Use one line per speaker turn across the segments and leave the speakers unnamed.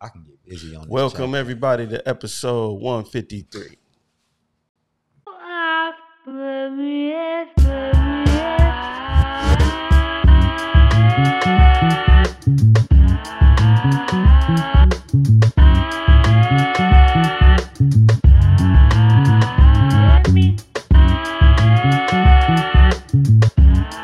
I can get busy on this.
Welcome
channel.
everybody to episode 153.
It's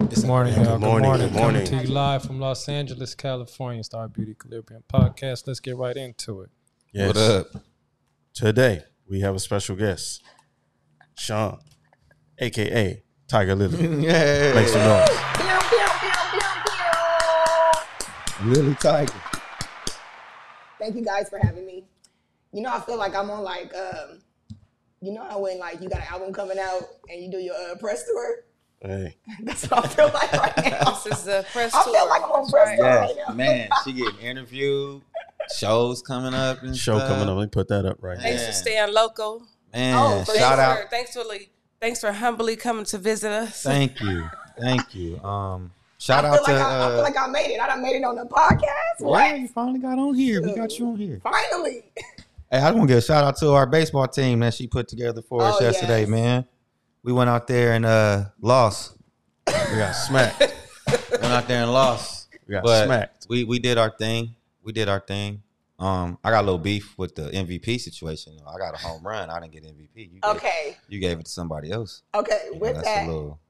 Good morning,
okay.
y'all. Good
morning,
morning.
good morning.
Coming to you live from Los Angeles, California, Star Beauty Equilibrium Podcast. Let's get right into it.
Yes.
What up?
Today we have a special guest, Sean, aka Tiger Lily.
Yeah.
Make some noise.
Lily Tiger.
Thank you guys for having me. You know, I feel like I'm on like, um, you know, how when like you got an album coming out and you do your uh, press tour.
Hey.
That's what I feel like right now.
This is the press
I
tour.
feel like I'm on press tour right now.
Man, she getting interviewed. Shows coming up. And
Show
stuff.
coming up. Let me put that up right now.
Thanks for
Yeah.
staying local.
Man,
Oh, for
Thanks
shout out.
For, thanks for like, thanks for humbly coming to visit us.
Thank you. Thank you. Um,
I
shout
feel,
out
like
to.
I, I
uh,
feel like I made it. I done made it on the podcast.
yeah,
What?
you finally got on here. We got you on here.
Finally.
Hey, I want to give a shout out to our baseball team that she put together for us
Oh,
yesterday,
yes.
man. We went out there and uh, lost.
We got smacked.
Went out there and lost.
We got
But
smacked.
We we did our thing. We did our thing. Um, I got a little beef with the MVP situation. though. I got a home run. I didn't get MVP. You gave,
Okay.
you gave it to somebody else.
Okay.
You know,
With
that's a
that,
little.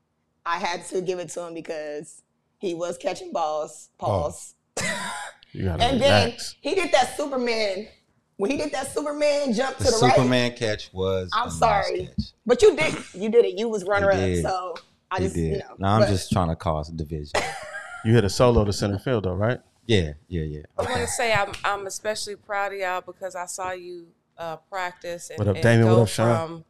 I had to give it to him because he was catching balls.
Oh,
Pause.
You gotta
And then
relax.
he did that Superman. When he did that Superman jump to
The
the right,
Superman catch was.
I'm
a nice
sorry.
catch.
But you did, you did it. You was runner
You
up,
did.
so I
You
just,
did.
you know.
no, I'm
but
just trying to cause division.
You hit a solo to center field though, right?
yeah, yeah, yeah.
I want to say I'm I'm especially proud of y'all because I saw you uh, practice and,
What up,
and
Damon? What
go
up, Sean?
from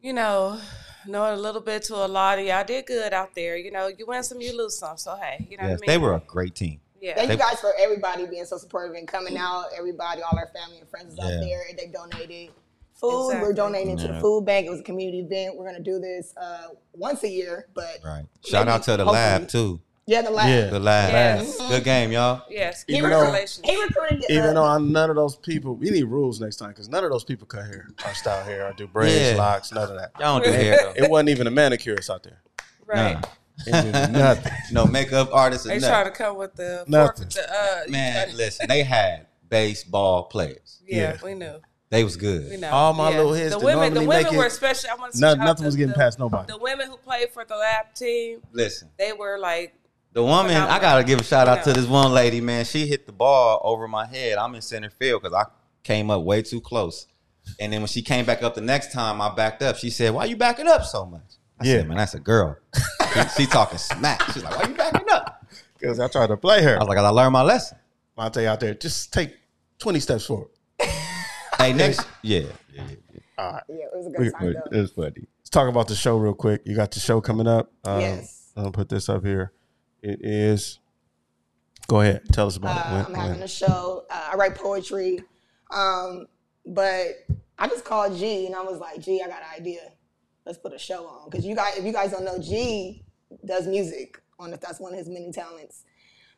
you know knowing a little bit to a lot, and y'all did good out there. You know, you win some, you lose some. So hey, you know
Yes,
what I
they
mean?
were a great team.
yeah.
Thank
They-
you guys for everybody being so supportive and coming out. Everybody, all our family and friends is
Yeah.
out there. They donated food.
Exactly.
We're donating to
Yeah.
the food bank. It was a community event. We're gonna do this uh, once a year, but
Right. Shout out to the
Hopefully.
lab too.
yeah, the last.
Yeah.
The lab.
Yes.
Good game, y'all.
Yes,
He,
Even though-
recruited,
congratulations.
he recruited. uh,
Even though I'm none of those people, we need rules next time because none of those people cut hair, or style hair, or do braids,
Yeah.
locks, none of that.
Y'all don't do hair though.
It wasn't even a manicurist out there.
right.
Nah.
It did nothing.
No makeup artist. or
They
nothing.
trying to come with the fork
Nothing.
with the uh, you
Man,
tryna-
listen, they had baseball players.
yeah,
yeah.
we knew.
They was good.
We know.
All my
yeah.
little hits
The
that
women, the
normally
women
make it-
were especially. I want to
No- nothing was getting past nobody.
The women who played for the lab team,
Listen,
they were like,
the woman, I gotta give a shout out to
Yeah.
this one lady, man. She hit the ball over my head. I'm in center field because I came up way too close. And then when she came back up the next time, I backed up. She said, "Why you backing up so much?" I
Yeah.
said, "Man, that's a girl." she, she talking smack. She's like, "Why you backing up?"
Because I tried to play her.
I was like, "I learned my lesson."
Monte out there, just take 20 steps forward.
Hey, next, yeah, yeah,
yeah, it was a good time though.
it's funny.
Let's talk about the show real quick. You got the show coming up. Um,
Yes.
I'm gonna put this up here. It is. Go ahead, tell us about
Uh,
it.
I'm
When-
having
when-
a show. Uh, I write poetry, um, but I just called G and I was like, G, I got an idea. Let's put a show on because you guys, if you guys don't know, G does music. On if that's one of his many talents.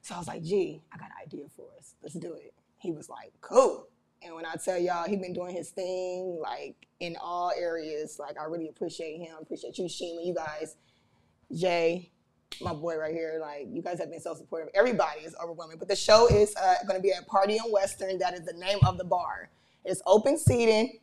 So I was like, G, I got an idea for us. Let's do it. He was like, cool. And when I tell y'all, he been doing his thing like in all areas. Like I really appreciate him. Appreciate you, Shima. You guys, Jay, my boy right here. Like you guys have been so supportive. Everybody is overwhelming. But the show is uh, going to be at Party on Western. That is the name of the bar. It's open seating.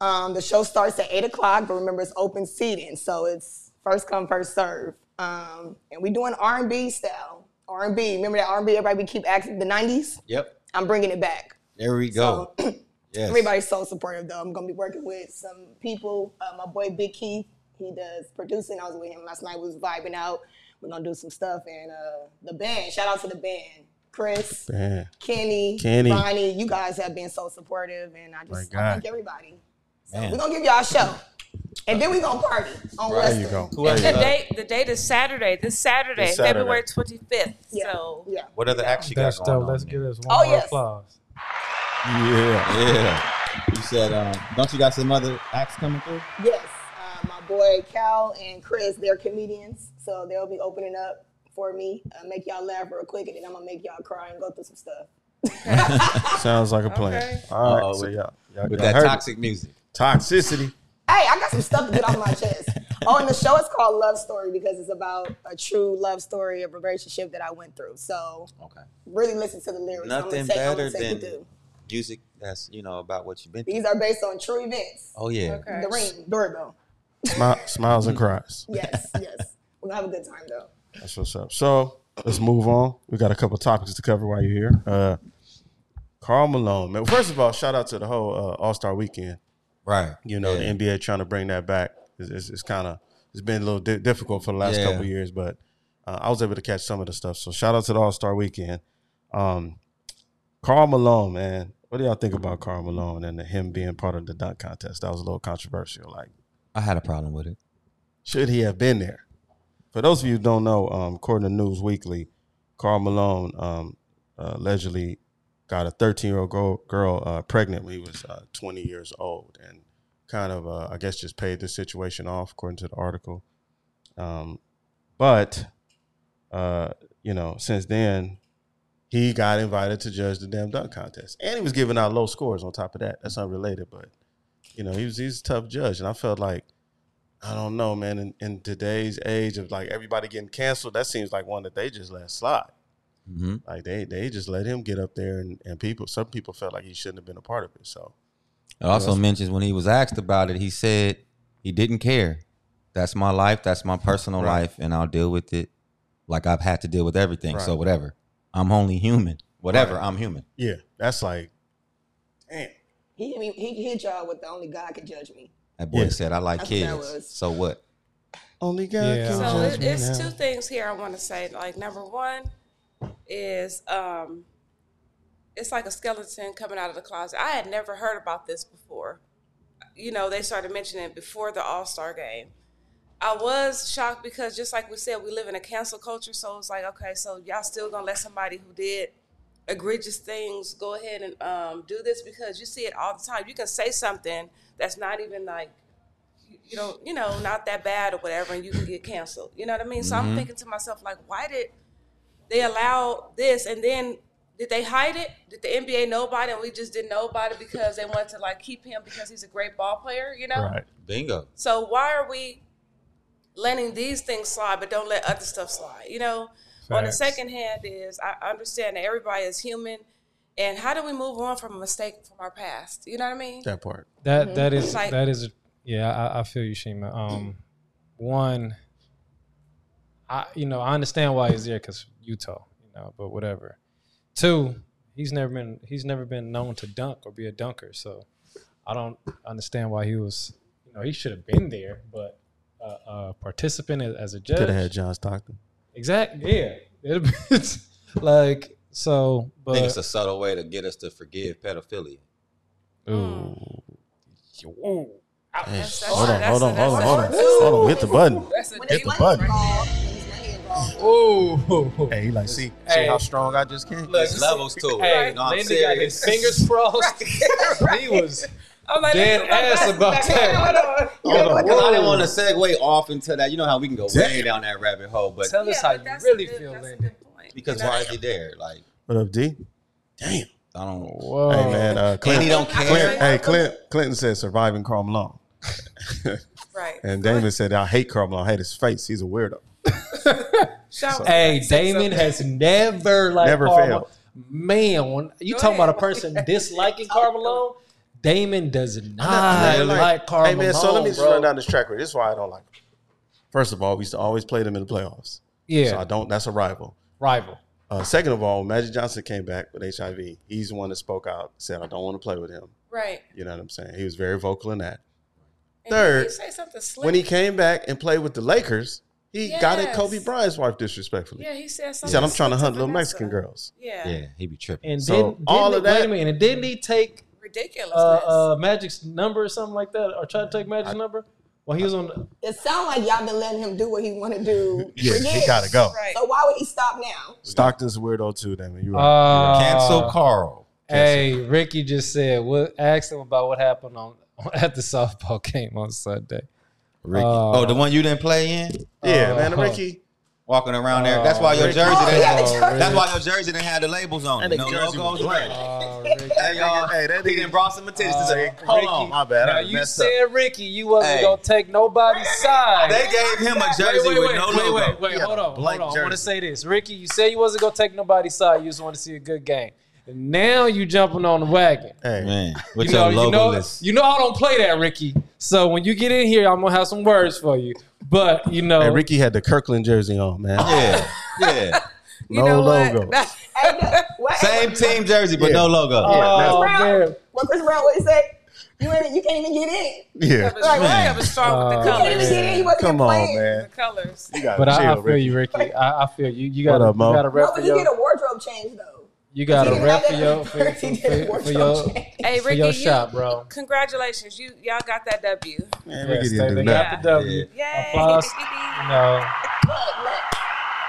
Um, the show starts at eight o'clock, but remember it's open seating, so it's first come first serve. Um, and we doing R and B style. R and B. Remember that R and B? Everybody keep asking the '90s.
Yep,
I'm bringing it back.
there we go. yes.
Everybody's so supportive though. I'm gonna be working with some people. Uh, my boy Big Keith, he does producing. I was with him last night. We was vibing out. We're gonna do some stuff and uh, the band. Shout out to the band, Chris,
Man,
Kenny,
Kenny.
Bonnie. You guys have been so supportive, and I just
God.
I thank everybody. So
Man.
we're gonna give y'all a show. And then we gonna party on
There you
Western.
go.
Who else?
The
uh,
date, the date is Saturday. This Saturday,
This Saturday.
February twenty fifth.
Yeah.
So
Yeah.
What other acts you got
That's
going
dope.
on?
uh, Let's
then?
give us one
Oh,
more
yes.
applause.
Yeah.
Yeah. You said, um, don't you got some other acts coming through?
Yes, uh, my boy Cal and Chris, they're comedians, so they'll be opening up for me. Uh, make y'all laugh real quick, and then I'm gonna make y'all cry and go through some stuff.
Sounds like a plan.
Okay.
All right.
Uh-oh,
so
with-
y'all, y'all,
With
y'all
that
heard
toxic music.
it. toxicity.
Hey, I got some stuff to get off my chest. Oh, and the show is called Love Story because it's about a true love story of a relationship that I went through. So
Okay.
really listen to the lyrics. I'm gonna
Nothing
take- I'm gonna
better
take you
than
through.
music that's, you know, about what you've been through.
These are based on true events.
Oh, yeah.
Okay.
The ring, doorbell.
Smi- smiles and cries.
Yes, yes. We're gonna have a good time though.
That's what's up. So let's move on. We got a couple topics to cover while you're here. Uh, Carl Malone, man. First of all, shout out to the whole uh, All Star Weekend.
Right.
You know,
Yeah.
the NBA trying to bring that back. It's, it's, it's kind of it's been a little di- difficult for the last
Yeah.
couple years, but uh, I was able to catch some of the stuff. So shout out to the All Star Weekend. Um, Carl Malone, man. What do y'all think about Carl Malone and him being part of the dunk contest? That was a little controversial. Like,
I had a problem with it.
should he have been there? For those of you who don't know, um, according to News Weekly, Carl Malone um, uh, allegedly got a 13 year old girl, girl uh, pregnant when he was uh, 20 years old and kind of, uh, I guess, just paid the situation off, according to the article. Um, but, uh, you know, since then, he got invited to judge the damn dunk contest. And he was giving out low scores on top of that. That's unrelated, but, you know, he was, he's a tough judge. And I felt like, I don't know, man. In, in today's age of like everybody getting canceled, that seems like one that they just let slide.
Mm-hmm.
Like they they just let him get up there, and, and people some people felt like he shouldn't have been a part of it. So
It also mentions when he was asked about it, he said he didn't care. That's my life. That's my personal
Right.
life, and I'll deal with it like I've had to deal with everything. So
Right.
whatever. I'm only human. Whatever.
Right.
I'm human.
yeah, that's like, damn,
He he, he hit y'all with the only God can judge me.
That boy
Yeah.
said, "I like
That's what that
kids."
was.
So what?
only God
Yeah.
can
Don't
So
judge
it,
me
it's
now.
two things here I want to say. Like number one is um, it's like a skeleton coming out of the closet. I had never heard about this before. You know, they started mentioning it before the All Star game. I was shocked because just like we said, we live in a cancel culture, so it's like okay, so y'all still gonna let somebody who did egregious things go ahead and um, do this because you see it all the time. You can say something that's not even like you know, you know, not that bad or whatever, and you can get canceled. You know what I mean? So I'm thinking to myself, like, why did they allow this? And then did they hide it? Did the NBA know about it? And we just didn't know about it because they wanted to like keep him because he's a great ball player. You know?
right?
Bingo.
So why are we letting these things slide, but don't let other stuff slide? You know. On the
Facts.
second hand, is I understand that everybody is human, and how do we move on from a mistake from our past? You know what I mean?
That part.
That that is
Like-
that is yeah. I, I feel you, Shima. Um, one, I you know I understand why he's there because Utah, you know, but whatever. Two, he's never been he's never been known to dunk or be a dunker, so I don't understand why he was. You know, he should have been there, but uh, a participant as- as a judge.
Could have had John Stockton.
Exactly. Yeah. It'd be- it's like so,
I think it's
but
a subtle way to get us to forgive pedophilia.
Ooh.
That's- that's-
Hold on,
that's-
hold on,
that's-
hold on,
that's-
hold on, hold on. Hit the button.
That's a
When his
deep
the
money
button.
involved, when his money involved,
Oh.
Hey, you like see, see
Hey.
how strong I just came.
There's levels to it.
Hey,
no, I'm
Linda got
serious.
his fingers crossed. he was
I'm like,
dead
look at my
ass
glasses
about
back
that.
there. Hold on.
Because I didn't
Whoa.
want to segue off into that. You know how we can go way down that rabbit hole, but
tell us
Yeah,
how you
but that's a
really
good-
feel,
that's a
Linda.
good point.
because why is he there? Like
What up, D? Damn.
I don't.
Whoa.
Hey man, uh,
And he
Clint,
don't
Clint,
care.
hey Clint, Clinton said surviving Carl Malone,
Right.
and Damon said I hate Carl Malone, I hate his face, he's a weirdo.
Shout out.
Hey, Damon has never like
Never
Karl-
failed.
Man, when you
Go
talking
ahead.
about a person disliking Carmelo, Damon does not
Nah, like-
like Carmelo.
Hey man, so let me just
bro.
run down this track record. This is why I don't like him. First of all, we used to always play them in the playoffs.
Yeah,
So I don't. That's a rival.
rival.
Uh, second of all, when Magic Johnson came back with HIV. He's the one that spoke out, said I don't want to play with him.
Right.
You know what I'm saying? He was very vocal in that.
And
Third,
you say something slick.
When he came back and played with the Lakers, he got at
Yes.
Kobe Bryant's wife disrespectfully.
yeah, he said
He
something.
said, "I'm trying to
slick
hunt little
Vanessa."
Mexican girls."
Yeah.
Yeah, he be tripping.
And
So,
didn't, didn't
all
he-
of that-
Wait a minute, and didn't he take
Ridiculousness.
uh, uh, Magic's number or something like that, or try to take Magic's number? Well, he was on.
It sounds like y'all been letting him do what he want to do.
Yeah,
for
he
years.
gotta go.
Right.
So why would he stop now?
Stockton's weirdo too. Then you're right.
Uh,
Cancel Carl.
Hey, Ricky just said, "What? Ask him about what happened on at the softball game on Sunday."
Ricky.
Uh,
oh, the one you didn't play in?
yeah,
uh,
man, Ricky.
Walking around there. That's why your
Ricky.
jersey
Oh,
didn't
yeah, the
have,
jersey.
That's why your jersey didn't have the labels on
And
it.
the
No
jersey
logos.
was red.
Oh, Ricky.
Hey, y'all.
Hey, that
he
nigga-
done brought some attention to it.
Uh,
Hold
Ricky.
on.
My bad. I
Now
done
you
messed up.
said Ricky, you wasn't
Hey.
gonna take nobody's side.
They gave him a jersey
wait, wait,
with
wait,
no
wait,
logo.
wait, wait,
Yeah,
hold on, hold
blank
on. I want
jersey.
to say this, Ricky. You said you wasn't gonna take nobody's side. You just want to see a good game. And now you jumping on the wagon.
Hey,
Man, with
You know,
your logo
you know,
list.
you know, I don't play that, Ricky. So when you get in here, I'm gonna have some words for you. But you know,
hey, Ricky had the Kirkland jersey on, man.
yeah, yeah.
You
No
know what?
logo.
That-
Hey, the- what-
Same team jersey, but
Yeah.
no logo. Uh,
oh
Chris Brown.
man,
What Chris Brown would say? You ain't, you can't even get in.
Yeah, Ah,
that was, that was strong with the
You can't
colors.
even get in. You wasn't
come
even
on,
playing.
The
man.
colors.
You got
But I, I
chill,
feel
Ricky.
you, Ricky. I, I feel you. You got to
What
you
up, Mo?
got to
No,
rep for
but he did
your
a wardrobe change though.
you got
He
to
didn't
rep
have
for
that
your
at
for,
first. He did a
for, for your
wardrobe change.
Hey,
for
Ricky,
your
you,
shot, bro.
Congratulations, you y'all got that W.
Man, Ricky
Yes,
didn't
they,
do
they
nothing.
got the W.
Yay!
Applause. No,
Look, look.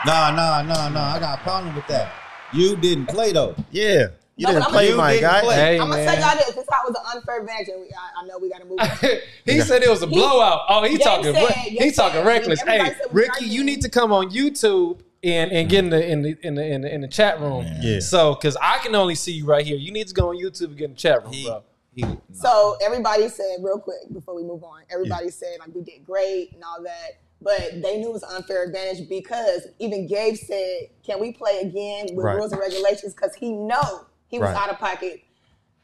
Nah, nah, nah, nah. I got a problem with that. You didn't play though.
Yeah, you
No, but
didn't
I'm
play,
gonna-
my
You didn't
guy.
play.
hey
I'm gonna tell y'all
man.
this. This how it was an unfair match, and we, I, I know we gotta move. on.
he said it was a blowout. Oh, he
They
talking
said-
re-
they
he
said-
talking reckless.
everybody
Hey,
said we
Ricky, you
arguing.
need to come on YouTube and and get in the in the in the in the, in the chat
Oh,
room.
Yeah.
So, cause I can only see you right here. You need to go on YouTube and get in the chat room,
He,
bro.
he, nah.
So everybody said real quick before we move on. Everybody said like we did great and all that, but they knew it was an unfair advantage because even Gabe said, "Can we play again with
Right.
rules and regulations?" Because he know he was
Right.
out of pocket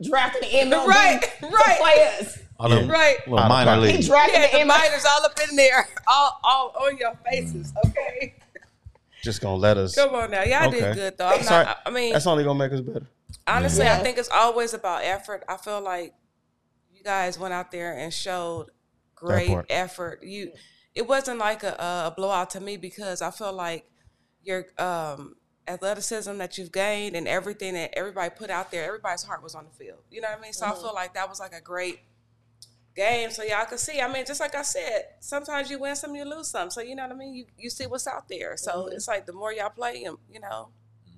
drafting the MLB
Right,
to
right.
play us.
All them
Yeah.
Right.
little minor
He
He
league.
drafted
Yeah,
the
the
MLB.
miners all up in there, all all on your faces.
Mm.
Okay,
Just gonna let us.
come on now, y'all
Okay.
did good though. I'm
That's all right.
not. I mean,
That's only gonna make us better.
honestly,
Yeah.
I think it's always about effort. I feel like you guys went out there and showed great
part.
effort. You, it wasn't like a, a blowout to me because I feel like your um, athleticism that you've gained and everything that everybody put out there, everybody's heart was on the field. You know what I mean? So I feel like that was like a great game. So y'all can see. I mean, just like I said, sometimes you win some, you lose some. So you know what I mean? You you see what's out there. So it's like the more y'all play, you you know,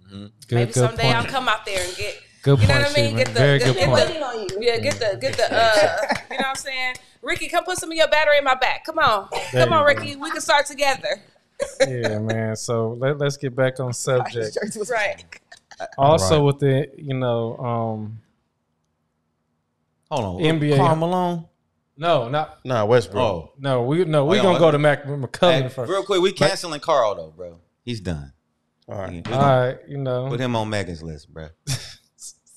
Mm-hmm. Good,
maybe
good
someday
point.
I'll come out there and get.
Good
you know
point,
what I mean?
Sheehan.
Get the
Very
get,
good
get
He
point.
the
waiting on you.
yeah, get the get the uh you know what I'm saying? Ricky, come put some of your battery in my back. Come on.
There
Come on,
you go.
Ricky. We can start together.
yeah, man. So let, let's get back on subject.
Jersey was-
Right.
Also,
Right.
with the you know, um,
Hold on.
NBA.
Karl Malone.
no, not
Nah, Westbrook.
Oh,
no. We no, we
Wait,
gonna
on,
go
what-
to Mac McCullum
Hey,
first.
real quick, we canceling Carl though, bro. He's done.
All
All
right,
All right, you know,
Put him on Megan's list, bro.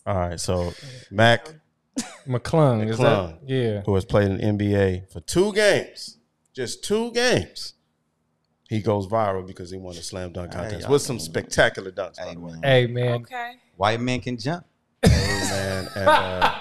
all right. So Mac,
McClung. Is that
McClung.
yeah?
who has played in the NBA for two games, just two games, he goes viral because he won a slam dunk
Hey,
contest
y'all.
with some spectacular dunks. by
Hey,
the way.
man.
Hey man,
Okay.
White man can jump.
Hey, man, and, uh,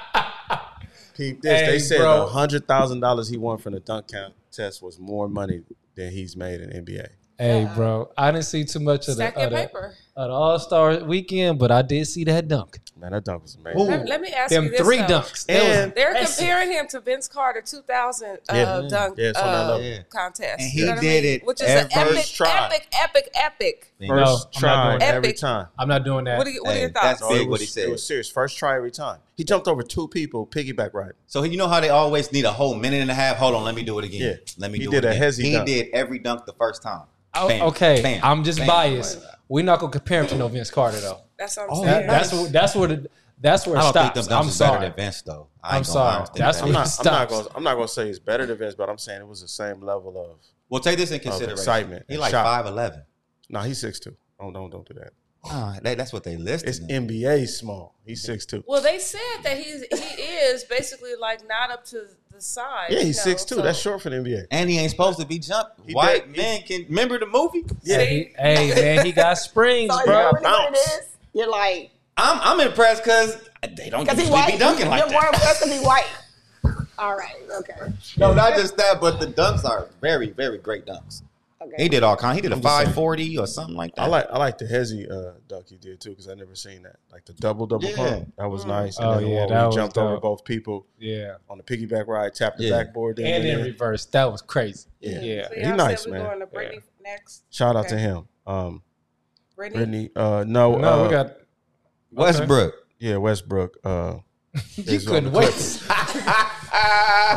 peep this.
Hey,
they said the
bro.
hundred thousand dollars he won from the dunk contest was more money than he's made in NBA.
hey bro, I didn't see too much of the,
Stack your
of the,
paper.
of the All Star weekend, but I did see that dunk.
Man, that dunk was amazing.
Ooh,
Let, let me ask
them
you this.
three
though.
dunks. That was
And
They're
impressive.
comparing him to Vince Carter 2000 uh,
Yeah.
dunk
Yeah, it's on that
uh,
level.
Yeah.
contest.
And he
You know what I
did
mean?
it
Which is an
every
epic,
try.
epic, epic, epic.
No, I'm
First
not
try
doing that.
every
Epic.
time.
I'm not doing that.
What are, you, what are
Hey,
your
that's
thoughts?
all- Big
it
what
was,
he said.
It was serious. First try every time. He jumped over two people piggyback riding.
So you know how they always need a whole minute and a half. Hold on, let me do it again.
Yeah.
Let me
He
do
did
it
a
again.
hezzy
he
dunk.
did every dunk the first time.
Oh,
Bam,
okay,
bam,
I'm just
bam.
biased. We're not gonna compare him to no Vince Carter though.
That's what I'm
Oh,
saying.
that's what that's where the, that's where
I
it
don't
stops.
think them
I'm
dunks is better
sorry.
than Vince though. I
I'm
ain't gonna lie, I
sorry.
don't think
That's
they are.
I'm
what he
not, I'm not
stops.
gonna I'm not gonna say it's better than Vince, but I'm saying it was the same level of
Well, take this in consideration.
excitement
He
and
like
shock.
five eleven.
no, he's six two. Don't don't don't do that.
that's what they listed.
It's
him.
NBA small. He's six two.
Well, they said that he's he is basically like not up to the size.
Yeah, he's
you know,
six two.
so-
That's short for the NBA.
and he ain't supposed to be jumping.
He
White
did- he-
men can remember the movie.
Yeah.
Hey, he- hey, man, he got springs,
So you
bro.
know really what it
bounce.
is? You're like,
I'm I'm impressed because they don't
because
usually
he white.
be dunking like
You're more
that.
impressed because he white. All right. Okay.
No, not just that, but the dunks are very very great dunks.
Okay.
He did all kind. He did a
I'm just saying.
540 or something like that.
I like I like the Hezzy uh, duck he did too because I never seen that. Like the double double
Yeah.
pump that was
Mm.
nice.
Oh,
And then the
yeah,
one
that
where he
was
jumped over
dope.
both people
Yeah.
on the piggyback ride, tapped the
Yeah.
backboard, then
And
went
in
in.
reverse. That was crazy.
Yeah.
Yeah.
So
He
y'all said
nice,
we
man.
going to Brittany next.
Shout out
Okay.
to him, um,
Brittany.
Brittany. Uh, no,
no,
uh,
we got
Westbrook.
yeah, Westbrook. Uh,
You
is on
couldn't
the
wait.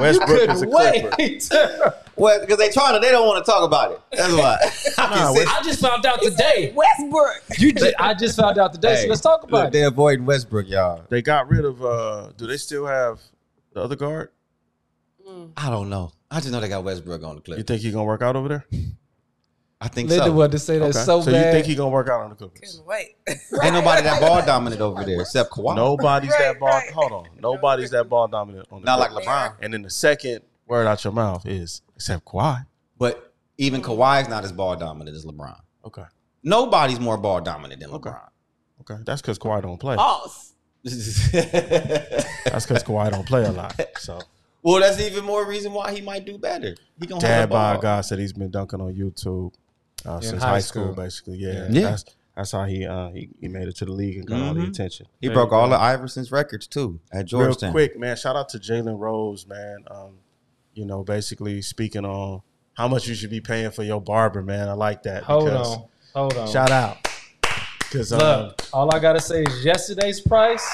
Westbrook is a Clipper.
Wait.
Well, because they trying to, they don't want to talk about it. That's why. I can
Nah,
sit-
I just found out today.
Westbrook.
You just, I just found out today.
Hey,
so let's talk
Look,
about it.
they avoid Westbrook, y'all.
They got rid of. Uh, do they still have the other guard?
Mm.
I don't know. I just know they got Westbrook on the
You
clip.
think he gonna work out over there?
I think
Linda
so.
wanted to say that
Okay.
so,
you
bad.
think he gonna work out on the Clippers?
Couldn't wait.
Ain't nobody that ball dominant over there except Kawhi.
Nobody's that
Right,
ball.
right.
Hold on, nobody's that ball dominant on the.
Not like
Clippers.
LeBron.
And then the second word out your mouth is except Kawhi.
But even Kawhi's not as ball dominant as LeBron.
Okay,
Nobody's more ball dominant than
Okay.
LeBron.
okay, that's because Kawhi don't play.
Oh.
Boss.
That's because Kawhi don't play a lot. So
well, that's even more reason why he might do better. He gonna
dad
Dad
by
hold
a
the ball.
guy said he's been dunking on YouTube uh, since
high
high school,
school.
basically. Yeah,
Yeah.
Yeah.
That's, that's how he, uh, he he made it to the league and got all the
Mhm.
attention.
He
There
broke
you go.
all of Iverson's records too at
Real
Georgetown.
quick, man. Shout out to Jalen Rose, man. Um, you know, basically speaking on how much you should be paying for your barber, man. I like that.
hold
because-
on. Hold on.
Shout out. Because um,
Look, all I gotta say is yesterday's price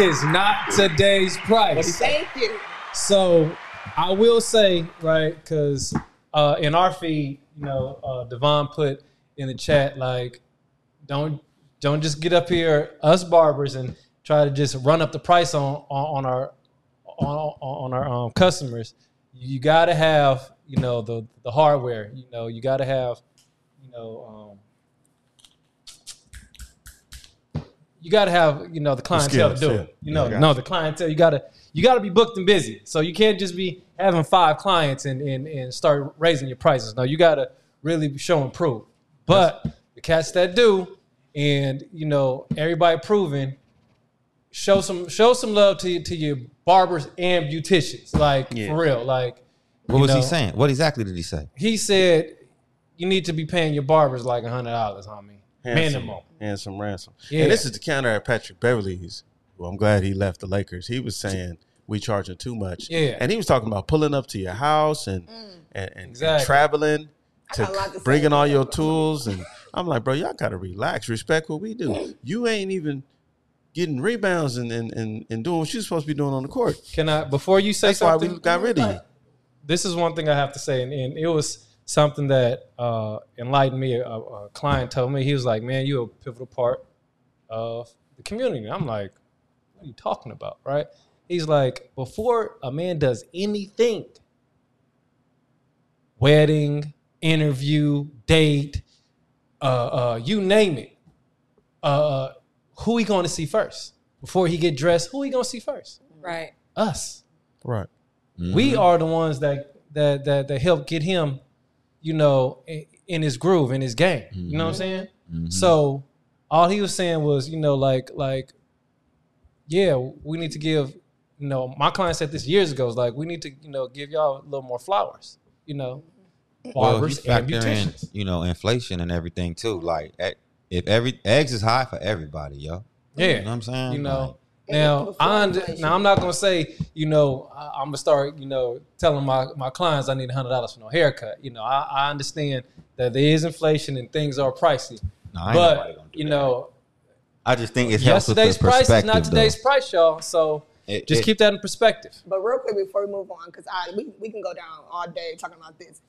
is not today's price.
Thank you.
So I will say, right, because uh, in our feed, you know, uh, Devon put in the chat like, don't don't just get up here, us barbers, and try to just run up the price on on, on our on, on our um, customers. You got to have you know the the hardware. You know, you got to have you know. Um, you gotta have, you know, the clientele
skills,
to do
yeah.
it. You know,
Yeah, I got
no, the clientele. You gotta you gotta be booked and busy. So you can't just be having five clients and and, and start raising your prices. No, you gotta really show and prove. But the cats that do, and you know, everybody proving, show some show some love to to your barbers and beauticians. Like for real. Like
What was
know.
he saying? What exactly did he say?
he said, you need to be paying your barbers like hundred dollars, homie. Minimum.
Handsome ransom.
Yeah.
And this is the counter at Patrick Beverly's. Well, I'm glad he left the Lakers. He was saying we charging too much.
Yeah.
And he was talking about pulling up to your house and and, and,
Exactly.
traveling
Mm. I got a
to
lot to say
bringing all
about
your
that.
tools and I'm like, bro, y'all gotta relax, respect what we do. You ain't even getting rebounds and and, and, and doing what you're supposed to be doing on the court.
Can I before you say
That's why
something?
we got rid of you.
this is one thing I have to say, and, and it was something that uh, enlightened me. A, a client told me he was like, "Man, you're a pivotal part of the community." I'm like, "What are you talking about?" Right? He's like, "Before a man does anything, wedding, interview, date, uh, uh, you name it, uh, who he going to see first? Before he get dressed, who he going to see first?
Right.
Us."
Right.
we are the ones that that that that help get him, you know, in, in his groove, in his game. You know what I'm saying?
Mm-hmm.
So all he was saying was, you know, like like, yeah, we need to give, you know, my client said this years ago. Is like we need to, you know, give y'all a little more flowers, you know,
Well,
barbers
you
and
factor in,
beauticians.
you know, inflation and everything too. Like, e- if every eggs is high for everybody, yo.
Yeah,
You know what I'm saying?
You
Like,
know.
And
Now
before
I und-
inflation.
now I'm not gonna say you know I, I'm gonna start you know telling my, my clients I need hundred dollars for no haircut. You know I, I understand that there is inflation and things are pricey,
nah, ain't nobody
but
gonna do
you
that.
know
I just think it helps with the
yesterday's price is
perspective.
not today's
though.
price, y'all. So
It-
just
it-
keep that in perspective.
But real quick before we move on, because I we, we can go down all day talking about this.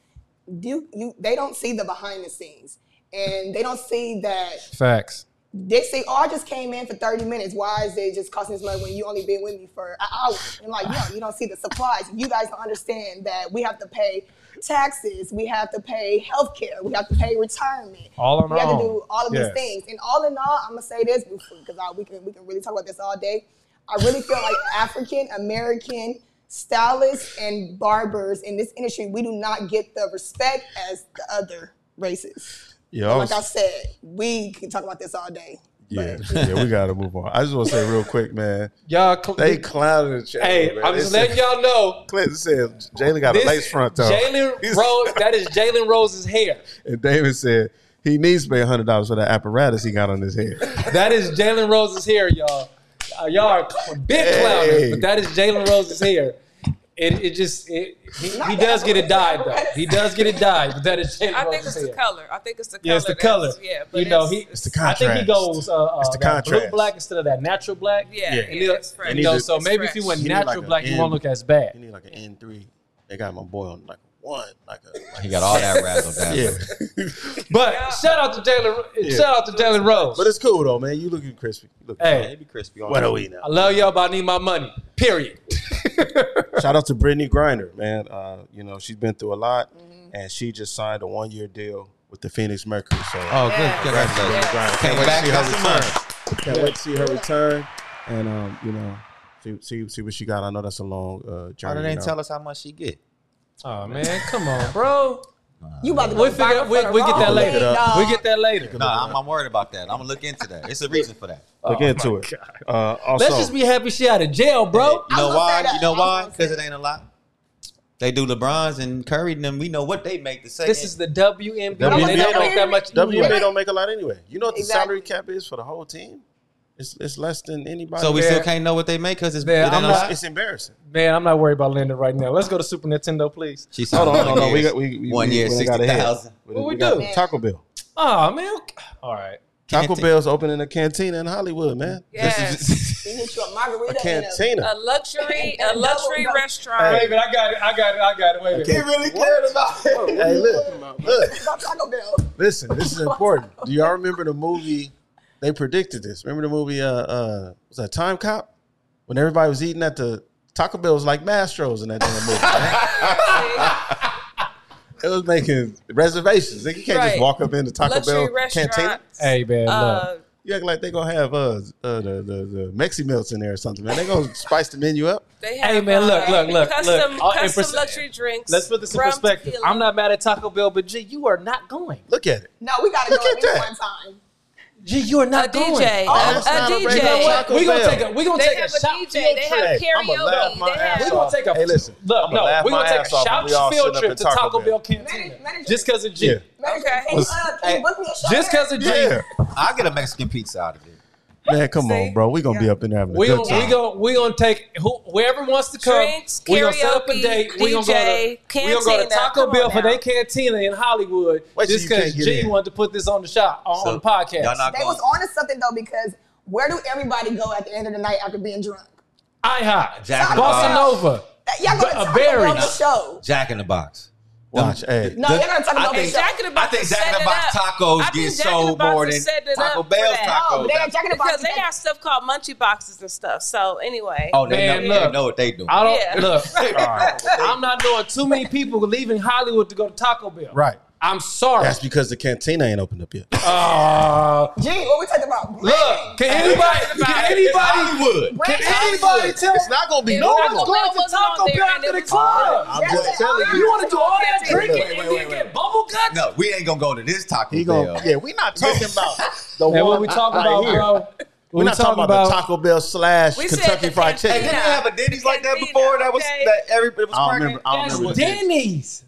Do you they don't see the behind the scenes. And they don't see that
Facts.
they say, Oh, I just came in for 30 minutes. Why is it just costing this much when you only been with me for an hour? And like, yo, you don't see the supplies. You guys don't understand that we have to pay taxes, we have to pay health care, we have to pay retirement.
All on
we
our
have to
own.
do all of
Yes.
these things. And all in all, I'm gonna say this because we can we can really talk about this all day. I really feel like African American stylists and barbers in this industry, we do not get the respect as the other races.
Yeah, I
Like
was-
I said, we can talk about this all day.
Yeah, yeah, we gotta move on. I just want to say real quick, man.
Y'all, cl-
They clowning the channel.
hey,
man.
I'm
They
just
said-
letting y'all know.
Clinton said Jalen got
this-
a lace front though,
Jalen Rose, that is Jalen Rose's hair.
and David said he needs to pay hundred dollars for that apparatus he got on his head.
That is Jalen Rose's hair, y'all. Uh, y'all are cl- big clowners,
Hey.
but that is Jalen Rose's hair. It, it just it, he, he does get it dyed though. He does get it dyed, but that is Jalen
I think
Rose's
it's
hair.
the color. I think it's the color.
Yeah, it's the color.
that's- Yeah, but
you know,
it's-
he.
It's the
I think he
contrast.
goes uh, uh,
It's the
that blue
contrast.
black instead of that natural black.
yeah,
Yeah.
yeah, it's fresh.
And
You
he
know,
just-
so
It's
maybe if
fresh.
you went
He need like
natural
a
black, you
M.
won't look as bad.
You need like an N three. They got my boy on like a one, like a
He got all that razzle dazzle.
yeah.
But shout out to Jalen. Shout out to Jalen Rose.
but it's cool though, man. You looking crispy? You looking
Hey.
Yeah, he be crispy. All
What
day.
are we now?
I love y'all, but I need my money. Period.
Shout out to Brittany Griner, man. Uh, you know she's been through a lot, and she just signed a one year deal with the Phoenix Mercury. So
Oh, good.
Yeah.
Congratulations.
Yeah.
Can't wait to see her return.
Can't wait to see her return, and um, you know, see see see what she got. I know that's a long uh, journey.
Why they
you
didn't
know.
tell us how much she get?
Oh man, come on, bro.
You about to go
We figure
viral
we,
for the
we get that
wrong
later.
thing, dog.
We get that later.
No, I'm, I'm worried about that. I'm gonna look into that. It's a reason for that.
Look into it. Uh, also,
Let's just be happy she out of jail, bro.
You
I
know
was gonna say
why?
that.
You know
I was
why?
gonna say
Because it ain't a lot. They do LeBron's and Curry and them. We know what they make the second.
This is the WNBA.
WNBA
They don't make that much.
WNBA
anyway.
don't make a lot anyway. You know what the
Exactly.
salary cap is for the whole team? It's it's less than anybody.
so we
else.
still can't know what they make because it's.
Man,
it ain't
I'm
a
not-
lot.
It's embarrassing.
Man, I'm not worried about Linda right now. Let's go to Super Nintendo, please.
She
Hold
signed
on,
one
hold on.
year-
We got we, we
one
we,
year
we got
sixty
ahead.
thousand.
What we
got
do?
Taco Bell.
Oh man, okay. all right.
Taco
Canteen.
Bell's opening a cantina in Hollywood, man.
Yes.
He hit you a
A
margarita. and
cantina.
a luxury, a
Double,
luxury
double.
restaurant.
minute, I got it. I got it. I got it. Wait a minute.
really cared about it.
Hey, look, look.
About Taco Bell.
Listen, this is important. Do y'all remember the movie? They predicted this. Remember the movie? Uh, uh, was that Time Cop? When everybody was eating at the Taco Bell was like Mastros in that damn movie. man. it was making reservations. Like, you can't just
Right.
walk up into Taco
luxury
Bell cantina.
restaurant.
Hey man, look.
Uh,
You act like they gonna have uh, uh the the, the Mexi melts in there or something, man. They gonna spice the menu up.
they have
Hey, man, look,
uh,
look, look,
custom,
look. All in
custom
perce-
luxury drinks.
let's put this in
rum,
perspective.
tequila.
I'm not mad at Taco Bell, but G, you are not going.
Look at it.
No, we gotta
Look
go
at
at least
that.
one time.
G, you are
a
not going.
DJ,
Oh,
a,
that's not a
a DJ.
regular Taco
We gonna
Bell.
take a we gonna
They
take a
have a
shot
DJ,
field
they
trip.
have
I'ma laugh my
karaoke, they
ass
We
have
gonna
off.
take a
Hey, listen,
Look,
I'ma
no,
laugh
we gonna
my
take a
ass off
shot
when we all
field
sit up
trip
at
to
Taco
Taco Bell
Bell.
cantina
Manage- manage-
just because of G.
Yeah.
Manager,
Okay.
can you, uh, can you book me a show
Just
there?
because of G.
Yeah,
I get a Mexican pizza out of it.
man, come on,
See?
bro. We gonna be
Yeah.
up in there having a
We
good
gonna, we
time.
gonna we gonna take who, whoever wants to come.
Drinks,
we gonna set up a
karaoke,
date. we gonna go to, we gonna go to
DJ, cantina. Come
Taco
on
Bell for
now.
their cantina in Hollywood
Wait till
just
you can't
because
get
G
in.
wanted to put this on the shot on
So,
the podcast.
y'all not-
They was on to something though because where do everybody go at the end of the night after being drunk?
IHOP,
Jack in the
Bossa
box.
Nova.
That- Y'all
But a
gonna talk about
berry.
the show.
Jack in the box.
Watch, hey,
No,
The-
y'all gonna talk
I
about the
think
show.
Jack in the
I
Box
think
is
Jack in the
setting
Box
up. I
tacos get
think Jack in the
sold
Box
more
is
than
setting it
Taco
up for
Bell's
that. Oh,
tacos.
No, but they had Jack in the Box.
because they have stuff called munchie boxes and stuff. So anyway,
oh, they,
Man,
know, they
look.
know what they doing.
I don't
Yeah.
look. I'm not knowing too many people leaving Hollywood to go to Taco Bell.
right.
I'm sorry.
That's because the cantina ain't opened up yet.
Uh,
Gee, what we talking about?
look, can
It's
anybody? Can anybody?
Hollywood.
Brand-
Can anybody tell?
It's not gonna be
If
normal.
Taco Bell
Going to
wasn't on
Taco
there
Bell
and
after
it
the
was-
club.
I'm
Yes,
just
they
telling
are.
you.
You want to do all that
Wait, wait,
drinking
wait,
and
wait,
then
wait.
get bubble guts?
No, we ain't gonna go to this Taco
He
Bell.
gonna, yeah, we're not talking about the
Man,
one
what we talking
right
about,
here.
bro? What
We're
we
not talking about, the Taco Bell slash
We said
Kentucky
the
Fried
cantina.
Chicken.
Hey, didn't they have a Denny's like that before? That was
Okay.
that every it was
I don't
cracking?
remember. I don't remember. what
That's
it is.
Denny's.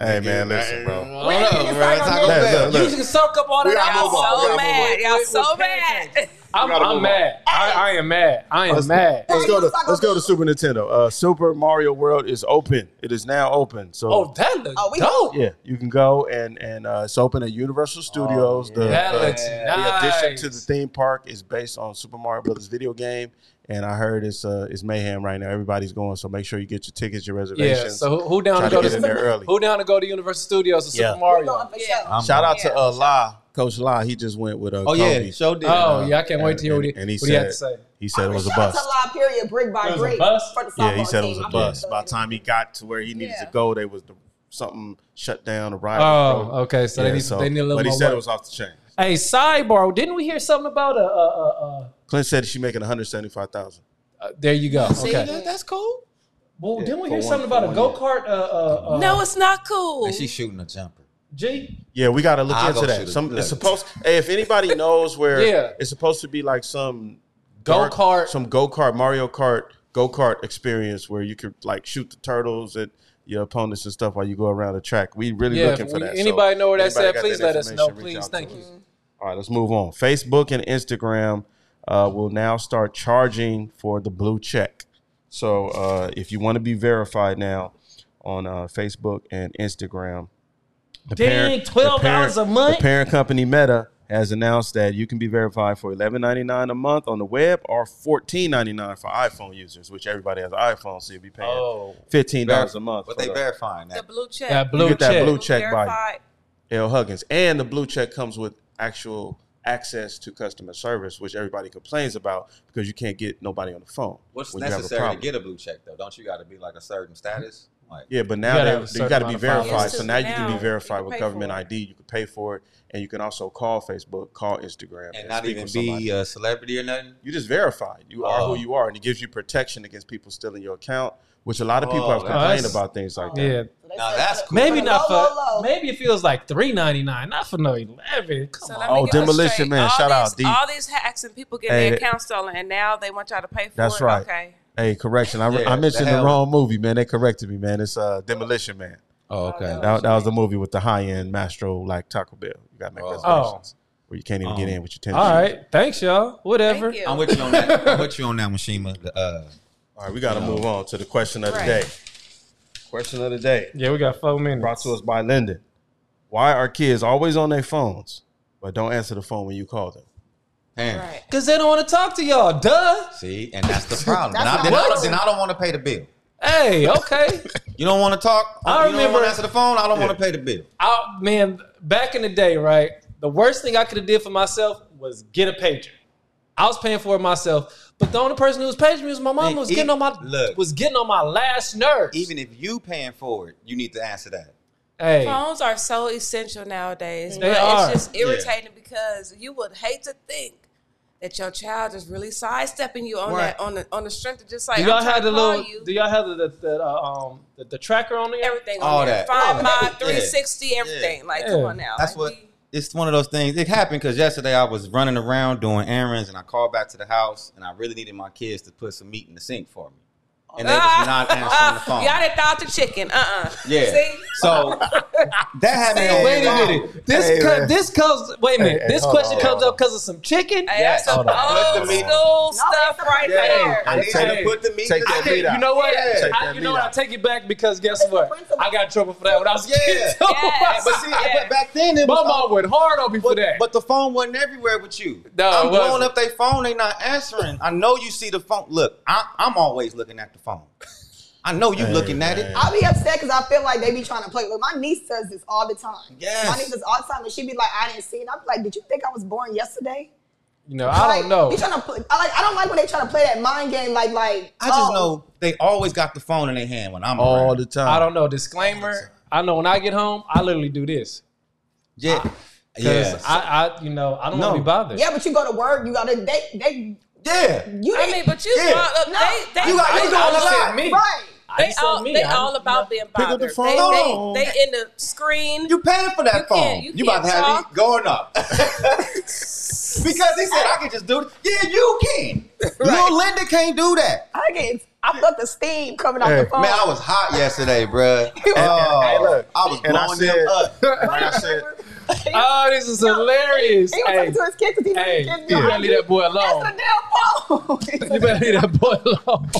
Hey man, listen, bro.
I don't know, bro. Taco
Look,
Bell.
look,
You
look.
should soak up all that
gotta
y'all
move on.
alcohol.
We
so
gotta
mad.
move on.
Y'all
With-
so
with
mad.
pancakes. I'm,
gotta
I'm
move
mad. I, I am mad. I am mad.
Let's go to
Taco
let's go to
Bell.
Super Nintendo. Uh, Super Mario World is open. It is now open. So
Oh, that looks
Oh, we-
dope.
yeah, you can go and and uh, it's open at Universal Studios. The-
Oh, That
the,
looks
The
nice.
addition to the theme park is based on Super Mario Brothers video game, and I heard it's uh, it's mayhem right now. Everybody's going, so make sure you get your tickets, your reservations.
Yeah. So who, who down
try
to
to
go
get in there
to
early.
who down to go to Universal Studios or
Yeah.
Super Mario?
Yeah.
Yeah.
Shout out
Yeah.
to uh, La, Coach La. He just went with a.
Oh yeah, show did.
Oh yeah, I can't wait
and-
to hear what he,
and- and he
what he had to
said-
say.
He said it was a
Shout out
bust.
to Live Period, brick by
It was a
brick.
bust?
for the
Yeah, he
softball
said it
team.
was a
I'm gonna
bust.
throw
By
it
the
in.
time he got to where he needed to
Yeah.
go, they was the, something shut down. The ride.
Oh, okay. So
Yeah,
they need
so-
they need a little
But he
more.
said
work.
it was off the chain.
hey, sidebar. Didn't we hear something about a? Uh, uh, uh,
Clint said she's making one hundred sety five thousand.
uh, there you go. Okay.
that, that's cool.
Well, didn't we
for
hear
one-
something about
for
a
one
go kart? Uh, uh, uh,
No, it's not cool.
And she's shooting a jumper.
G.
Yeah, we gotta look
I'll go
into that.
shoot a-
Some
look.
it's supposed. hey, if anybody knows where,
Yeah.
it's supposed to be like some
Go-kart.
dark- some go kart, Mario Kart, go kart experience where you could like shoot the turtles at your opponents and stuff while you go around the track. We really
Yeah,
looking
if
for
we-
that. So
anybody know where that's
anybody
at,
got
please let us know.
information, reach
Please,
out to
thank
us.
you.
All right, let's move on. Facebook and Instagram uh, will now start charging for the blue check. So uh, if you want to be verified now on uh, Facebook and Instagram, the
Dang,
the
$12 a month?
The parent company Meta has announced that you can be verified for $11.99 a month on the web or $14.99 for iPhone users, which everybody has an iPhone, so you'll be paying
Oh.
$15 a month.
But
for
they
the-
verifying
The
that.
blue check.
That
You
blue
get that
check.
blue check by-
Verified.
L. Huggins. And the blue check comes with actual access to customer service, which everybody complains about because you can't get nobody on the phone.
What's
when you have a
necessary to
problem.
get a blue check though? Don't you got to be like a certain status? Like
Yeah, but
You
now
gotta
they-
have a
you
certain
got to be
amount of followers.
verified.
Yes,
So
just
now you can
now,
be
you
verified
can
with
pay
government
for it.
ID. You can pay for it, and you can also call Facebook, call Instagram,
and not
speak
even
with somebody.
be a celebrity or nothing.
You just verified. You are
Oh.
who you are, and it gives you protection against people stealing your account, which a lot of people
Oh,
have complained
that's-
about things like that.
Yeah.
So they
Now
said
that's
for the-
cool.
Maybe not for.
low, low, low.
Maybe it feels like three ninety nine, not for no eleven. Come
So
on.
let me
Oh,
get this
Demolition
straight.
Man,
All
shout out, D.
these, All these hacks and people getting
Hey.
their accounts stolen, and now they want y'all to pay for
That's
it.
right.
Okay.
Hey, correction. I,
Yeah,
I mentioned
the
the
hell-
wrong movie, man. They corrected me, man. It's uh, Demolition Man.
Oh,
okay.
That, that was the movie with the high end Mastro like Taco Bell. You gotta make
Oh.
reservations where you can't even get
Oh.
in with your ten.
All right. Thanks, y'all. Whatever.
Thank you.
I'm with you on that. I'm with you on that, Mashima. The, uh,
all right. We gotta move on to the question of the
Right.
day. Question of the day
Yeah, we got four minutes.
brought to us by Lyndon. Why are kids always on their phones but don't answer the phone when you call them?
parent.
Right.
Cause they don't want to talk to y'all. Duh.
See, and that's the problem.
That's
then, I,
not
then, I,
what?
then I don't want to pay the bill.
Hey, okay.
You don't want to talk.
I
you don't want
remember-
to answer the phone. I don't want to pay the bill.
I, man, back in the day, right? The worst thing I could have did for myself was get a pager. I was paying for it myself, but the only person who was paging me was my mom.
Man,
Was
e-
getting on my
look.
was getting on my last nerve.
Even if you paying for it, you need to answer that.
hey,
Phones are so essential nowadays.
They
but
are.
It's just irritating because you would hate to think that your child is really sidestepping you on
Right.
that on the on the strength of just like
do
I'm
y'all
trying
have the
to call
little?
you.
Do y'all have the the, the, uh, um the, the tracker on there?
everything
All
on there.
that.
Find
Yeah.
my
Yeah.
360, everything. Like,
Yeah.
come on now.
That's
Like,
what it's one of those things. It happened because yesterday I was running around doing errands and I called back to the house and I really needed my kids to put some meat in the sink for me. And they was not answering the phone.
Ah, Y'all done thought the chicken. Uh uh
Yeah.
See?
So that had me
Hey,
on
wait a
wow.
minute. This
Hey,
co-
man.
this comes. Wait a minute.
hey,
this
hold
question
on,
comes
hold
up because of some chicken.
Hey, that's some
Hold on.
old
Let the meat-
school stuff
it's a-
right
Yeah.
there.
I need you
Hey,
to put the meat
take
in
that
the
meat
sink.
out.
You know what?
Yeah.
Take
I,
that
you know
meat
what? I
out.
take it back because guess
It's the
what?
principle.
I got in trouble for that when I was a
Yeah.
kid. too.
Yes.
But see,
Yeah.
but back then it
My
was
mom went hard on me for
But,
that.
but the phone wasn't everywhere with you.
No, it
I'm blowing
wasn't.
up their phone. They not answering. I know you see the phone. Look, I, I'm always looking at the phone. I know you
Hey,
looking at
man.
it.
I'll be upset because I feel like they be trying to play. Look, my niece does this all the time.
Yes.
My niece does all the time, and she be like, "I didn't see it." I'm like, "Did you think I was born yesterday?"
you know, I don't
Like,
know.
You trying to play? I like. I don't like when they try to play that mind game. Like, like.
I just
oh,
know they always got the phone in their hand when I'm
All
around.
the time.
I don't know. Disclaimer: I know when I get home, I literally do this
Yeah,
because
yeah,
I, I, you know, I don't
No.
want to be bothered.
Yeah, but you go to work. You gotta. They. They.
yeah.
You.
I mean, but you
Yeah.
brought up, they, they,
You got-
they,
you got
all-
upset.
said me.
Right.
I
they
just said
all,
me.
they
I don't-
all about being
Pick
bothered.
up the
phone.
They, they, they in the screen.
You paying for that
You
phone?
can't- you can't
it
talk.
going up because he said I can just do it. Yeah, you can. Lil Linda can't do that.
I get. I felt the steam coming out
Hey,
the
Oh.
phone.
Man, I was hot yesterday, bruh.
and-
Oh,
hey, look,
I was
and I
blowing
said-
them up.
Like I said,
Oh, this is hilarious.
He was
Hey,
talking to his kid because he
hey,
wanted
you
his kids to
better leave that boy alone.
That's the damn phone.
You better leave that boy alone.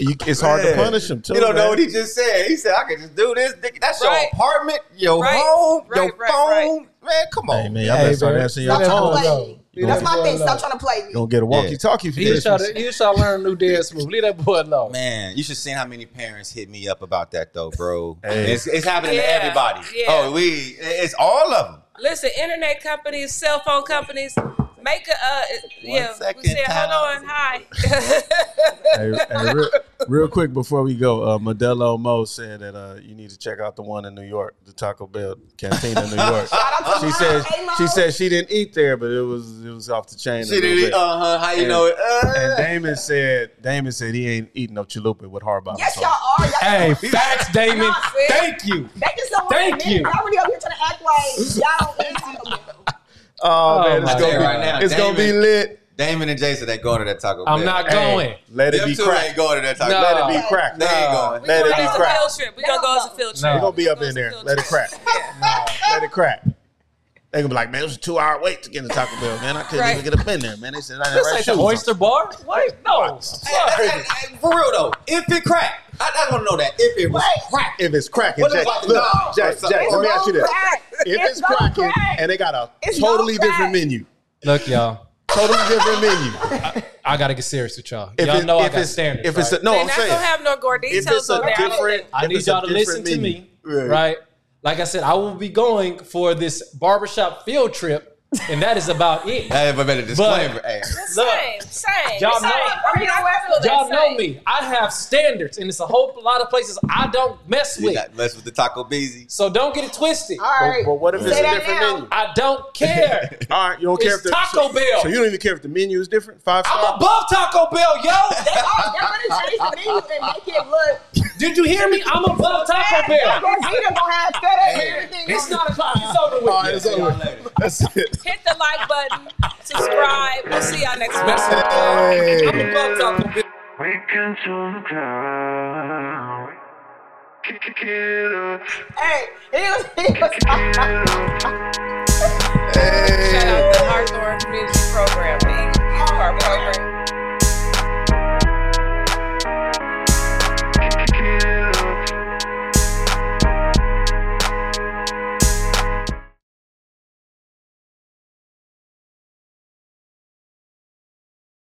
you- it's hard to
Yeah.
punish them too.
You don't know
man.
what he just said. He said, I can just do this. Dick, That's
Right.
your apartment, your
Right.
home,
Right,
your
right,
phone. Man, come on.
Hey man, y'all better start
man.
answering
Stop
your
Leave that
trying
boy
phone.
to play me.
alone.
You
That's my
boy
thing.
alone.
Stop trying to play
You're
me.
gonna get a walkie-talkie for
He just
this.
try to, he just try to learn a new dance move. Leave that boy alone.
Man, you should see how many parents hit me up about that though, bro.
Hey.
It's, it's happening to
Yeah,
everybody.
yeah.
Oh, we it's all of them.
Listen, internet companies, cell phone companies, make a uh, yeah.
second
we said
time.
hello and hi.
hey, hey, real, real quick before we go, uh, Modelo Mo said that uh, you need to check out the one in New York, the Taco Bell cantina in New York.
out to
she
Mo.
said
Hey, Mo.
she said she didn't eat there, but it was it was off the chain. a
She
little
did
bit.
it. Uh huh. How you
And-
know it? Uh.
and Damon said Damon said he ain't eating no chalupa with hard
Yes, y'all are. Y'all
Oh,
Hey, facts, Damon.
Nah, sis.
Thank you.
They just don't want to
Thank
admit it.
you.
Y'all really up here act like y'all don't eat Taco Bell.
Oh,
Oh,
man, it's
my
gonna
God.
be
Right now,
it's gonna be
Damon-
lit.
Damon and Jason, they going to that Taco Bell.
I'm not going.
Hey, let it
Them
be
two
cracked.
ain't going to that Taco
No.
Bell.
Let it be cracked.
They ain't going.
Let
We gonna
it be
have
It's a
to
cracked.
field trip. We're gonna go as a field
No.
It's
trip.
gonna be up
We're
in there.
gonna go
Let it
as a field
crack.
trip. Yeah.
Let it crack. They gonna be like, man, it was a two hour wait to get in the Taco Bell, man. I couldn't
Right.
even get up in there, man. They said I didn't
This
right
ain't
shoes
the
on.
oyster bar. What? No.
Hey, hey, hey, For real though, if it cracked, I, I don't know that. If it was
Wait.
cracked,
If it's cracking,
What
Jack,
about the
look,
dog?
Jack,
Or
Jack, let me
something?
ask you this:
Crack.
if it's,
gonna
cracking
crack.
and they got a
It's
totally
gonna
different
crack.
menu,
Look, y'all.
totally different menu.
I gotta get serious with y'all.
If
y'all
it-
know I
if
got
it's-
standards.
If it's
right?
a, no,
They're
I'm
not
saying
gonna have no
if it's
gorditos
a
on there. I don't
different,
think.
I
if
need
it's a
y'all to
different
listen to
menu.
me, right? Like I said, I will be going for this barbershop field trip, and that is about it.
hey, but better disclaimer. Hey,
Look,
Same, same.
Y'all know-
same. I mean, I feel that
y'all know
same.
me. I have standards, and it's a whole lot of places I don't mess
you
with.
got mess with the Taco Beezy.
So don't get it twisted.
All right.
But, but what if
Say
it's a
that
different
now.
menu?
I don't care.
All right, you don't care if
it's
the
Taco Bell.
So you don't even care if the menu is different. Five star.
I'm above Taco Bell, yo.
Oh, they're gonna change the menu and make it look.
Did you hear me? I'm above Taco
They're
Bell.
gonna have FedEx and everything.
It's not o'clock. It's over with.
All right, it's over. That's it.
Hit the like button, subscribe. We'll see y'all next week.
Hey.
I'm above Taco Bell.
We can turn the ground. Kick, kick it up.
Hey, he was, he was.
Kick it up.
Shout out the Hawthorne Community Program.